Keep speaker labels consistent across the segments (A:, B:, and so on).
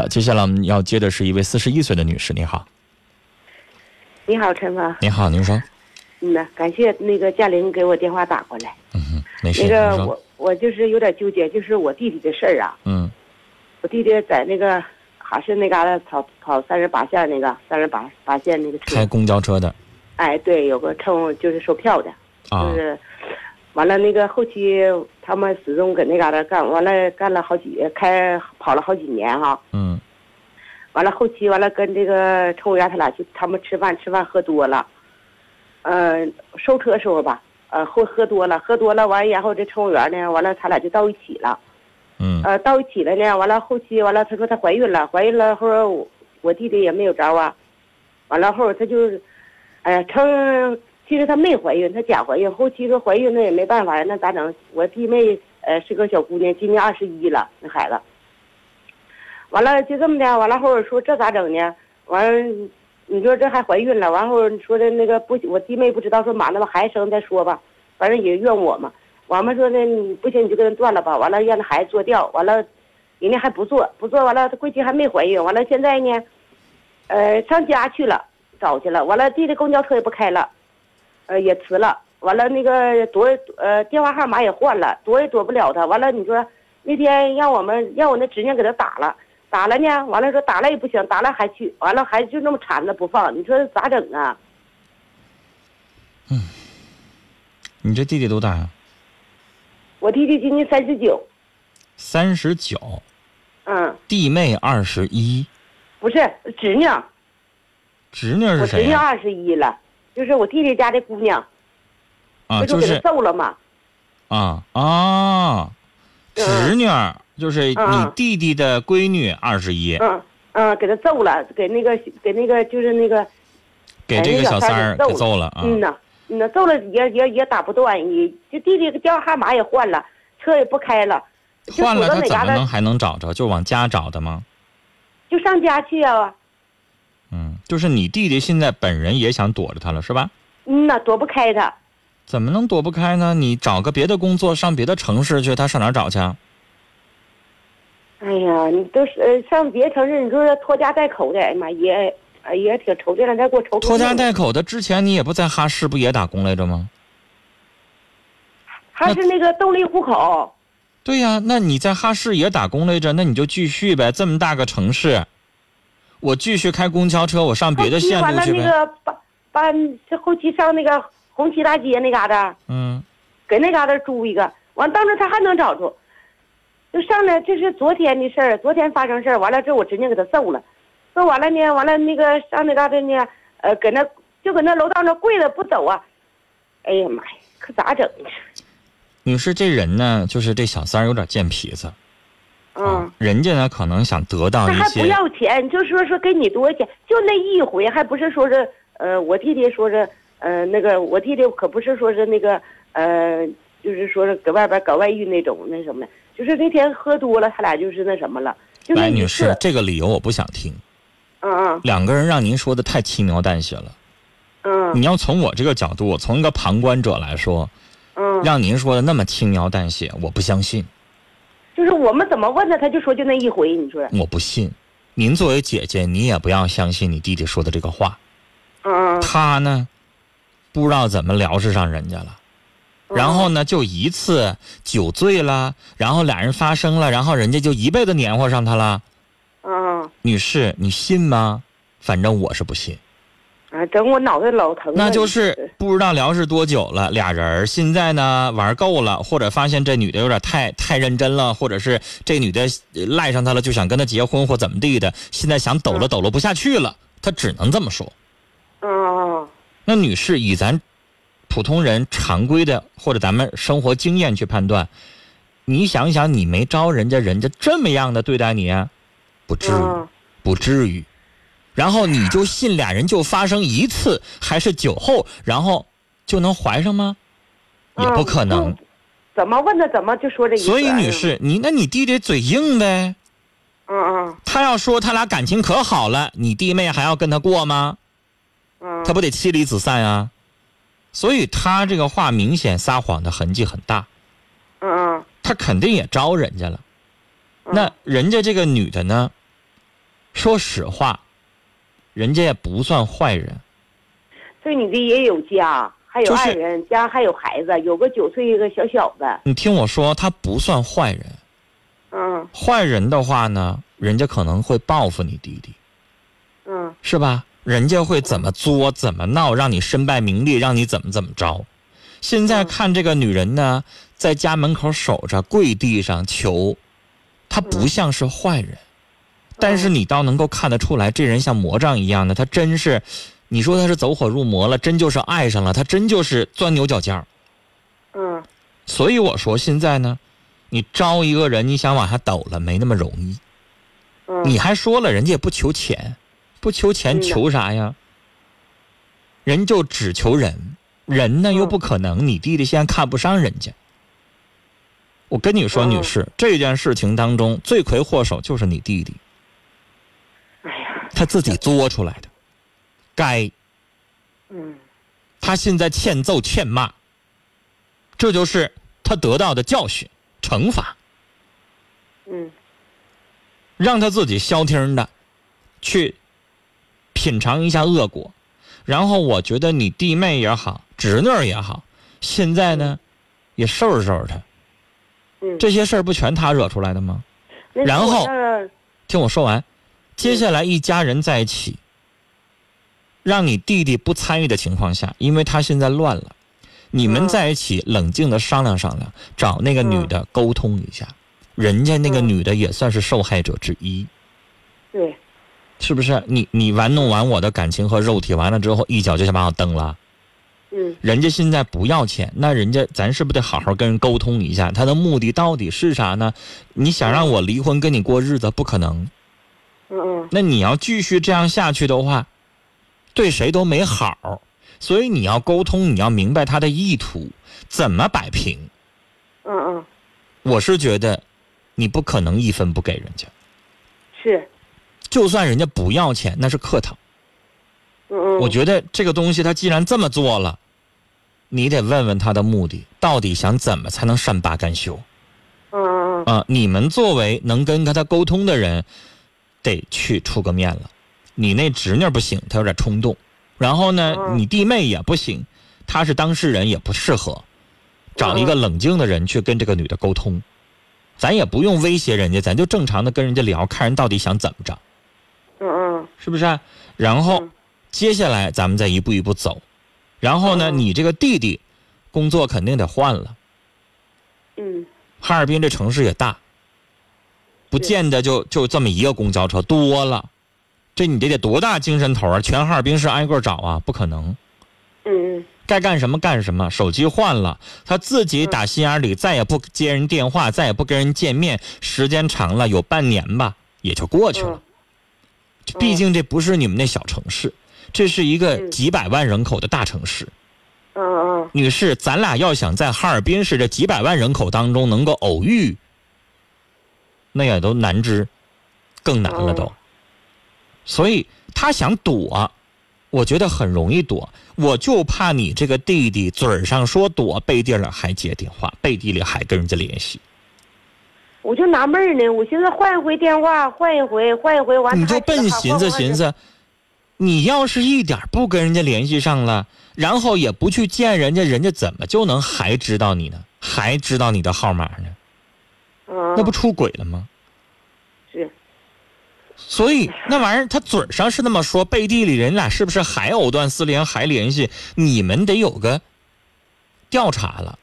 A: 呃，接下来我们要接的是一位四十一岁的女士，你好，
B: 你好，陈芳。
A: 你好，您说，
B: 嗯呐，感谢那个嘉玲给我电话打过来。
A: 嗯哼，没事，
B: 那
A: 您
B: 个
A: 说，
B: 我我就是有点纠结，就是我弟弟的事儿啊。
A: 嗯
B: 我弟弟在那个哈市那旮旯跑跑三十八线那个三十八八线那个
A: 开
B: 车，
A: 公交车的
B: 哎，对，有个乘就是售票的，
A: 啊
B: 就，是完了那个后期他们始终搁那旮旯干，完了干了好几开跑了好几年哈、
A: 嗯
B: 完了后期完了跟这个乘务员他俩去他们吃饭吃饭喝多了，呃，收车时候吧，呃，喝喝多了喝多了完然后这乘务员呢完了他俩就到一起了，
A: 嗯
B: 呃，到一起了呢完了后期完了她说她怀孕了怀孕了后来我我弟弟也没有招啊，完了后她就，哎呀称其实她没怀孕她假怀孕后期说怀孕那也没办法呀那咋整我弟妹呃是个小姑娘今年二十一了那孩子。完了就这么的，完了后说这咋整呢？完了，你说这还怀孕了，完后说的那个不，我弟妹不知道说马那把孩子生再说吧，反正也怨我嘛。完了说呢，你不行你就跟人断了吧，完了让那孩子做掉，完了，人家还不做，不做完了，她归期还没怀孕，完了现在呢，呃，上家去了找去了，完了弟弟公交车也不开了，呃，也辞了，完了那个躲呃电话号码也换了，躲也躲不了他，完了你说那天让我们让我那侄女给他打了。打了呢，完了说打了也不行，打了还去，完了还就那么缠着不放，你说咋整啊？
A: 你这弟弟多大啊呀？
B: 我弟弟今年三十九，
A: 三十九，
B: 嗯，
A: 弟妹二十一，
B: 不是侄女，
A: 侄女是
B: 我侄
A: 谁
B: 女
A: 呀？
B: 二十一了，就是我弟弟家的姑娘，
A: 啊，
B: 这
A: 就
B: 不给
A: 是
B: 他揍了吗？
A: 啊啊，侄女儿就是你
B: 嗯
A: 弟弟的闺女二十一，
B: 嗯嗯，给他揍了，给那个给那个就是那个，
A: 给这个小三儿给揍了啊。
B: 嗯呐，嗯呐，揍了也也也打不断，也就弟弟电话号码也换了，车也不开了，就
A: 换了他
B: 躲到哪
A: 怎
B: 嘎
A: 么
B: 达
A: 能还能找着？就往家找的吗？
B: 就上家去啊，
A: 嗯，就是你弟弟现在本人也想躲着他了，是吧？
B: 嗯呐，躲不开他，
A: 怎么能躲不开呢？你找个别的工作，上别的城市去，他上哪儿找去啊？
B: 哎呀，你都是呃上别的城市，你说拖家带口的，哎呀妈也哎也挺愁，这两天给我愁够
A: 拖家
B: 呛
A: 带口的，之前你也不在哈市不也打工来着吗？
B: 还是那个动力户口，
A: 对呀、那你在哈市也打工来着，那你就继续呗。这么大个城市，我继续开公交车，我上别的
B: 后期
A: 线
B: 完
A: 路
B: 了
A: 去呗。
B: 啊那个搬搬这后期上那个红旗大街那嘎达，
A: 嗯，
B: 搁那嘎达租一个，完当时他还能找着，就上来这是昨天的事儿，昨天发生事儿，完了之后我直接给他揍了，揍完了呢，完了那个上那嘎达呢，呃，搁那就搁那楼道那跪着不走啊，哎呀妈呀，可咋整呢？
A: 女士，这人呢，就是这小三儿有点贱痞子啊
B: 嗯。
A: 人家呢可能想得到
B: 那
A: 一
B: 还不
A: 些，
B: 要钱，就说说给你多少钱，就那一回，还不是说是呃，我弟弟说是呃那个，我弟弟可不是说是那个呃，就是说是搁外边搞外遇那种那什么的，就是那天喝多了，他俩就是那什么了，就那
A: 来，
B: 一
A: 女
B: 次
A: 士，，这个理由我不想听。
B: 嗯嗯
A: 两个人让您说的太轻描淡写了。
B: 嗯
A: 你要从我这个角度，我从一个旁观者来说，
B: 嗯，
A: 让您说的那么轻描淡写，我不相信，
B: 就是我们怎么问他，他就说就那一回，你说，
A: 我不信。您作为姐姐，你也不要相信你弟弟说的这个话。
B: 嗯嗯
A: 他呢，不知道怎么聊是上人家了。
B: 嗯
A: 然后呢，就一次酒醉了，然后俩人发生了，然后人家就一辈子黏糊上他了。
B: 嗯嗯
A: 女士，你信吗？反正我是不信。
B: 啊，整我脑袋老疼了，
A: 那就是不知道聊是多久了，俩人儿现在呢玩够了，或者发现这女的有点太太认真了，或者是这女的呃赖上他了，就想跟他结婚或怎么地的，现在想抖了抖了不下去了，他只能这么说。
B: 嗯，嗯
A: 那女士以咱普通人常规的或者咱们生活经验去判断，你想想，你没招人家，人家这么样的对待你啊，不至于。
B: 嗯
A: 不至于。然后你就信俩人就发生一次，还是酒后，然后就能怀上吗？也不可能。
B: 嗯就怎么问他怎么就说这一回，啊
A: 所以女，士，你那你弟弟嘴硬呗，
B: 嗯嗯
A: 他要说他俩感情可好了，你弟妹还要跟他过吗？
B: 嗯，
A: 他不得妻离子散啊？所以他这个话明显撒谎的痕迹很大，
B: 嗯嗯，
A: 他肯定也招人家了。
B: 嗯
A: 那人家这个女的呢，说实话，人家也不算坏人。
B: 这女的也有家，还有
A: 就是
B: 爱人，家还有孩子，有个九岁一个小小子。
A: 你听我说，他不算坏人。
B: 嗯
A: 坏人的话呢，人家可能会报复你弟弟，
B: 嗯
A: 是吧？人家会怎么作、怎么闹，让你身败名裂，让你怎么怎么着。现在
B: 嗯
A: 看这个女人呢，在家门口守着，跪地上求，她不像是坏人，但是你倒能够看得出来，这人像魔杖一样的，她真是，你说她是走火入魔了，真就是爱上了，她真就是钻牛角尖儿。
B: 嗯
A: 所以我说现在呢，你招一个人，你想往下抖了，没那么容易。
B: 嗯，
A: 你还说了，人家也不求钱，不求钱
B: 嗯呐
A: 求啥呀？人就只求人，人呢
B: 嗯
A: 又不可能，你弟弟现在看不上人家。我跟你说，
B: 嗯
A: 女士，这件事情当中罪魁祸首就是你弟弟，他自己作出来的，该
B: 嗯
A: 他现在欠揍欠骂，这就是他得到的教训惩罚。
B: 嗯
A: 让他自己消停的去品尝一下恶果。然后我觉得你弟妹也好，侄女儿也好，现在呢也收拾收拾他。
B: 嗯，
A: 这些事儿不全他惹出来的吗？
B: 那
A: 然后
B: 我那儿
A: 听我说完，接下来一家人在一起，让你弟弟不参与的情况下，因为他现在乱了，你们
B: 嗯
A: 在一起冷静的商量商量，找那个女的沟通一下。人家那个
B: 嗯
A: 女的也算是受害者之一。
B: 对，
A: 是不是？你你玩弄完我的感情和肉体，完了之后一脚就想把我蹬了。
B: 嗯
A: 人家现在不要钱，那人家咱是不是得好好跟人沟通一下？他的目的到底是啥呢？你想让我离婚跟你过日子，不可能。
B: 嗯嗯
A: 那你要继续这样下去的话，对谁都没好。所以你要沟通，你要明白他的意图，怎么摆平。
B: 嗯嗯，
A: 我是觉得，你不可能一分不给人家，
B: 是，
A: 就算人家不要钱，那是客套。
B: 嗯嗯，
A: 我觉得这个东西，他既然这么做了，你得问问他的目的，到底想怎么才能善罢甘休
B: 嗯嗯嗯
A: 啊、你们作为能跟跟他沟通的人，得去出个面了。你那侄女不行，她有点冲动，然后呢，
B: 嗯
A: 你弟妹也不行，她是当事人也不适合，找一个
B: 嗯
A: 冷静的人去跟这个女的沟通，咱也不用威胁人家，咱就正常的跟人家聊，看人到底想怎么着。
B: 嗯嗯
A: 是不是啊、然后
B: 嗯
A: 接下来咱们再一步一步走。然后呢，
B: 嗯
A: 你这个弟弟工作肯定得换了，
B: 嗯
A: 哈尔滨这城市也大，不
B: 对
A: 见得就就这么一个公交车多了。这你这得多大精神头啊？全哈尔滨市挨个找啊？不可能，
B: 嗯
A: 该干什么干什么。手机换了，他自己打心眼里再也不接人电
B: 嗯
A: 话，再也不跟人见面。时间长了，有半年吧，也就过去了。
B: 嗯
A: 毕竟这不是你们那小城市，这是一个
B: 嗯
A: 几百万人口的大城市。
B: 嗯嗯，
A: 女士，咱俩要想在哈尔滨市这几百万人口当中能够偶遇，那也都难之，更难了都
B: 哦。
A: 所以他想躲，我觉得很容易躲。我就怕你这个弟弟嘴上说躲，背地里还接电话，背地里还跟人家联系。
B: 我就纳闷儿呢，我寻思换一回电话，换一回，换一回，完
A: 你
B: 他
A: 就
B: 还
A: 笨寻思寻，思，你要是一点儿不跟人家联系上了，然后也不去见人家，人家怎么就能还知道你呢？还知道你的号码呢？
B: 换一回嗯，
A: 那不出轨了吗？
B: 是，
A: 所以那玩意儿，他嘴上是那么说，背地里人俩是不是还藕断丝连，还联系？你们得有个调查了。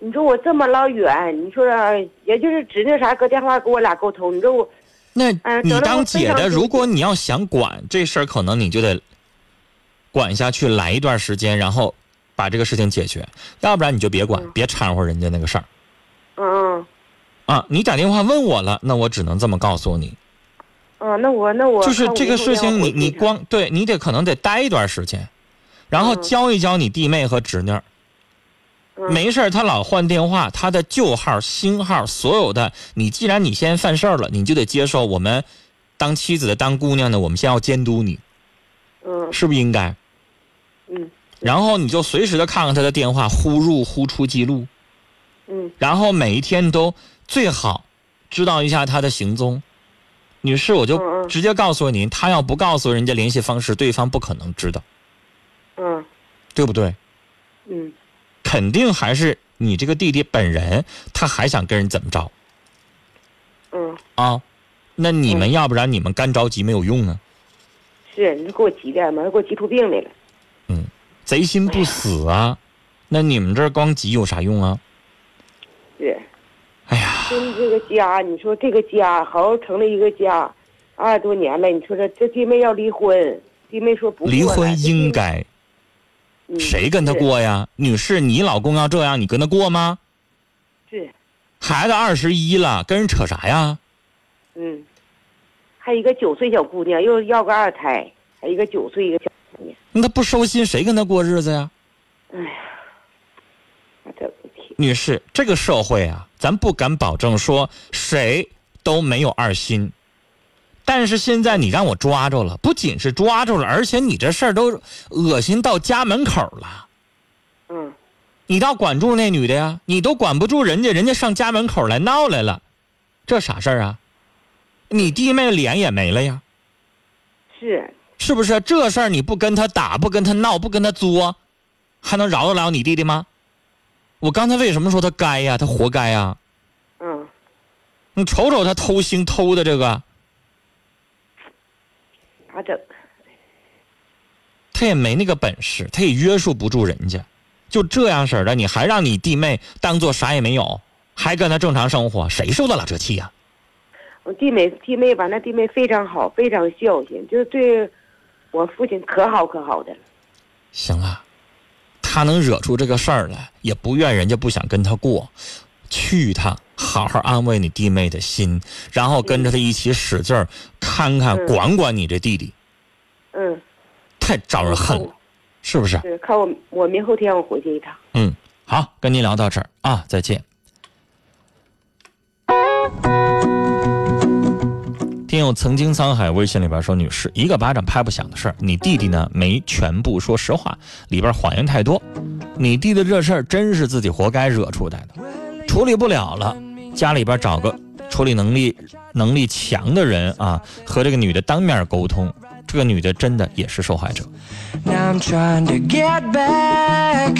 B: 你说我这么老远，你说啊也就是指那啥，搁电话跟我俩沟通，你说我，
A: 那
B: 嗯
A: 你
B: 得了
A: 当
B: 我非
A: 姐
B: 常
A: 的，
B: 理
A: 如
B: 解
A: 果你要想管这事儿，可能你就得管下去，来一段时间，然后把这个事情解决，要不然你就别管，
B: 嗯
A: 别掺和人家那个事儿
B: 嗯
A: 啊。你打电话问我了，那我只能这么告诉你，
B: 嗯嗯，那我那我
A: 就是
B: 看我
A: 这个
B: 以后
A: 事
B: 要
A: 情你，
B: 回
A: 你
B: 去一趟
A: 光对你得可能得待一段时间，然后
B: 嗯
A: 教一教你弟妹和侄女儿。
B: 嗯
A: 没事儿，他老换电话，他的旧号、新号，所有的，你既然你先犯事儿了，你就得接受我们当妻子的、当姑娘的，我们先要监督你，
B: 嗯
A: 是不是应该？
B: 嗯
A: 然后你就随时的看看他的电话，忽入忽出记录，
B: 嗯
A: 然后每一天都最好知道一下他的行踪，女士，我
B: 嗯
A: 就
B: 嗯
A: 直接告诉您，他要不告诉人家联系方式，对方不可能知道，
B: 嗯
A: 对不对？
B: 嗯
A: 肯定还是你这个弟弟本人，他还想跟人怎么着
B: 嗯，
A: 啊？那你们要不然你们干着急没有用啊，
B: 是你说给我急的，完了给我急出病来了。
A: 贼心不死啊。那你们这儿光急有啥用啊？
B: 是，
A: 哎呀，
B: 跟这个家，你说这个家好好成了一个家，二十多年了，你说这这弟妹要离婚，弟妹说不过了
A: 离婚应、该
B: 这弟妹嗯
A: 谁跟他？过呀？女士，你老公要这样，你跟他过吗？
B: 是是，
A: 孩子二十一了，跟人扯啥呀？
B: 嗯，还有一个九岁小姑娘又要个二胎，还有一个九岁一个小姑娘，
A: 那他不收心，谁跟他过日子呀？
B: 那这不听
A: 女士，这个社会啊，咱不敢保证说谁都没有二心，但是现在你让我抓着了，不仅是抓住了，而且你这事儿都恶心到家门口了。
B: 嗯
A: 你倒管住那女的呀，你都管不住人家，人家上家门口来闹来了，这啥事儿啊？你弟妹脸也没了呀，
B: 是，
A: 是不是？这事儿你不跟他打，不跟他闹，不跟他作，还能饶得了你弟弟吗？我刚才为什么说他该呀？他活该呀！
B: 嗯
A: 你瞅瞅他偷腥偷的这个，
B: 咋整？
A: 他也没那个本事，他也约束不住人家，就这样式儿的，你还让你弟妹当做啥也没有，还跟他正常生活，谁受得了这气呀、
B: 我弟妹弟妹吧，那弟妹非常好，非常孝心，就是对我父亲可好可好的了。
A: 行了，他能惹出这个事儿来，也不怨人家不想跟他过，去他好好安慰你弟妹的心，然后跟着他一起使劲儿看看
B: 嗯
A: 管管你这弟弟，
B: 嗯，
A: 太招人恨了，是不是？
B: 是看我我明后天我回去一趟。
A: 嗯，好，跟您聊到这儿啊，再见。听友曾经沧海微信里边说，女士一个巴掌拍不响的事儿，你弟弟呢没全部说实话，里边谎言太多，你弟弟这事儿真是自己活该惹出来的，处理不了了，家里边找个处理能力能力强的人啊，和这个女的当面沟通，这个女的真的也是受害者。
C: Now I'm trying to get back.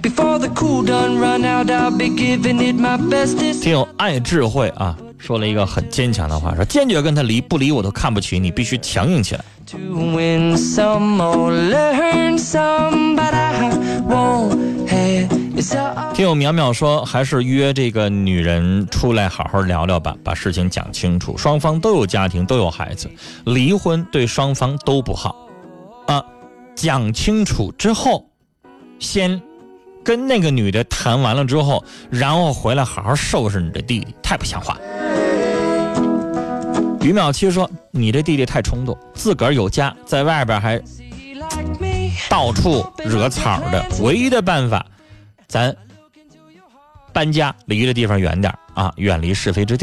C: Before the cool done run out, I'll be giving it my best. It's
A: 挺有爱智慧啊，说了一个很坚强的话，说坚决跟他离，不离我都看不起你，必须强硬起来。
C: to win some or learn some, but I won't hesitate.
A: 听友淼淼说，还是约这个女人出来好好聊聊吧，把事情讲清楚。双方都有家庭，都有孩子，离婚对双方都不好啊。讲清楚之后，先跟那个女的谈完了之后，然后回来好好收拾你的弟弟，太不像话了。于淼七说：“你这弟弟太冲动，自个儿有家，在外边还
C: He liked me.
A: 到处惹草的，唯一的办法，咱搬家，离这地方远点儿啊，远离是非之地。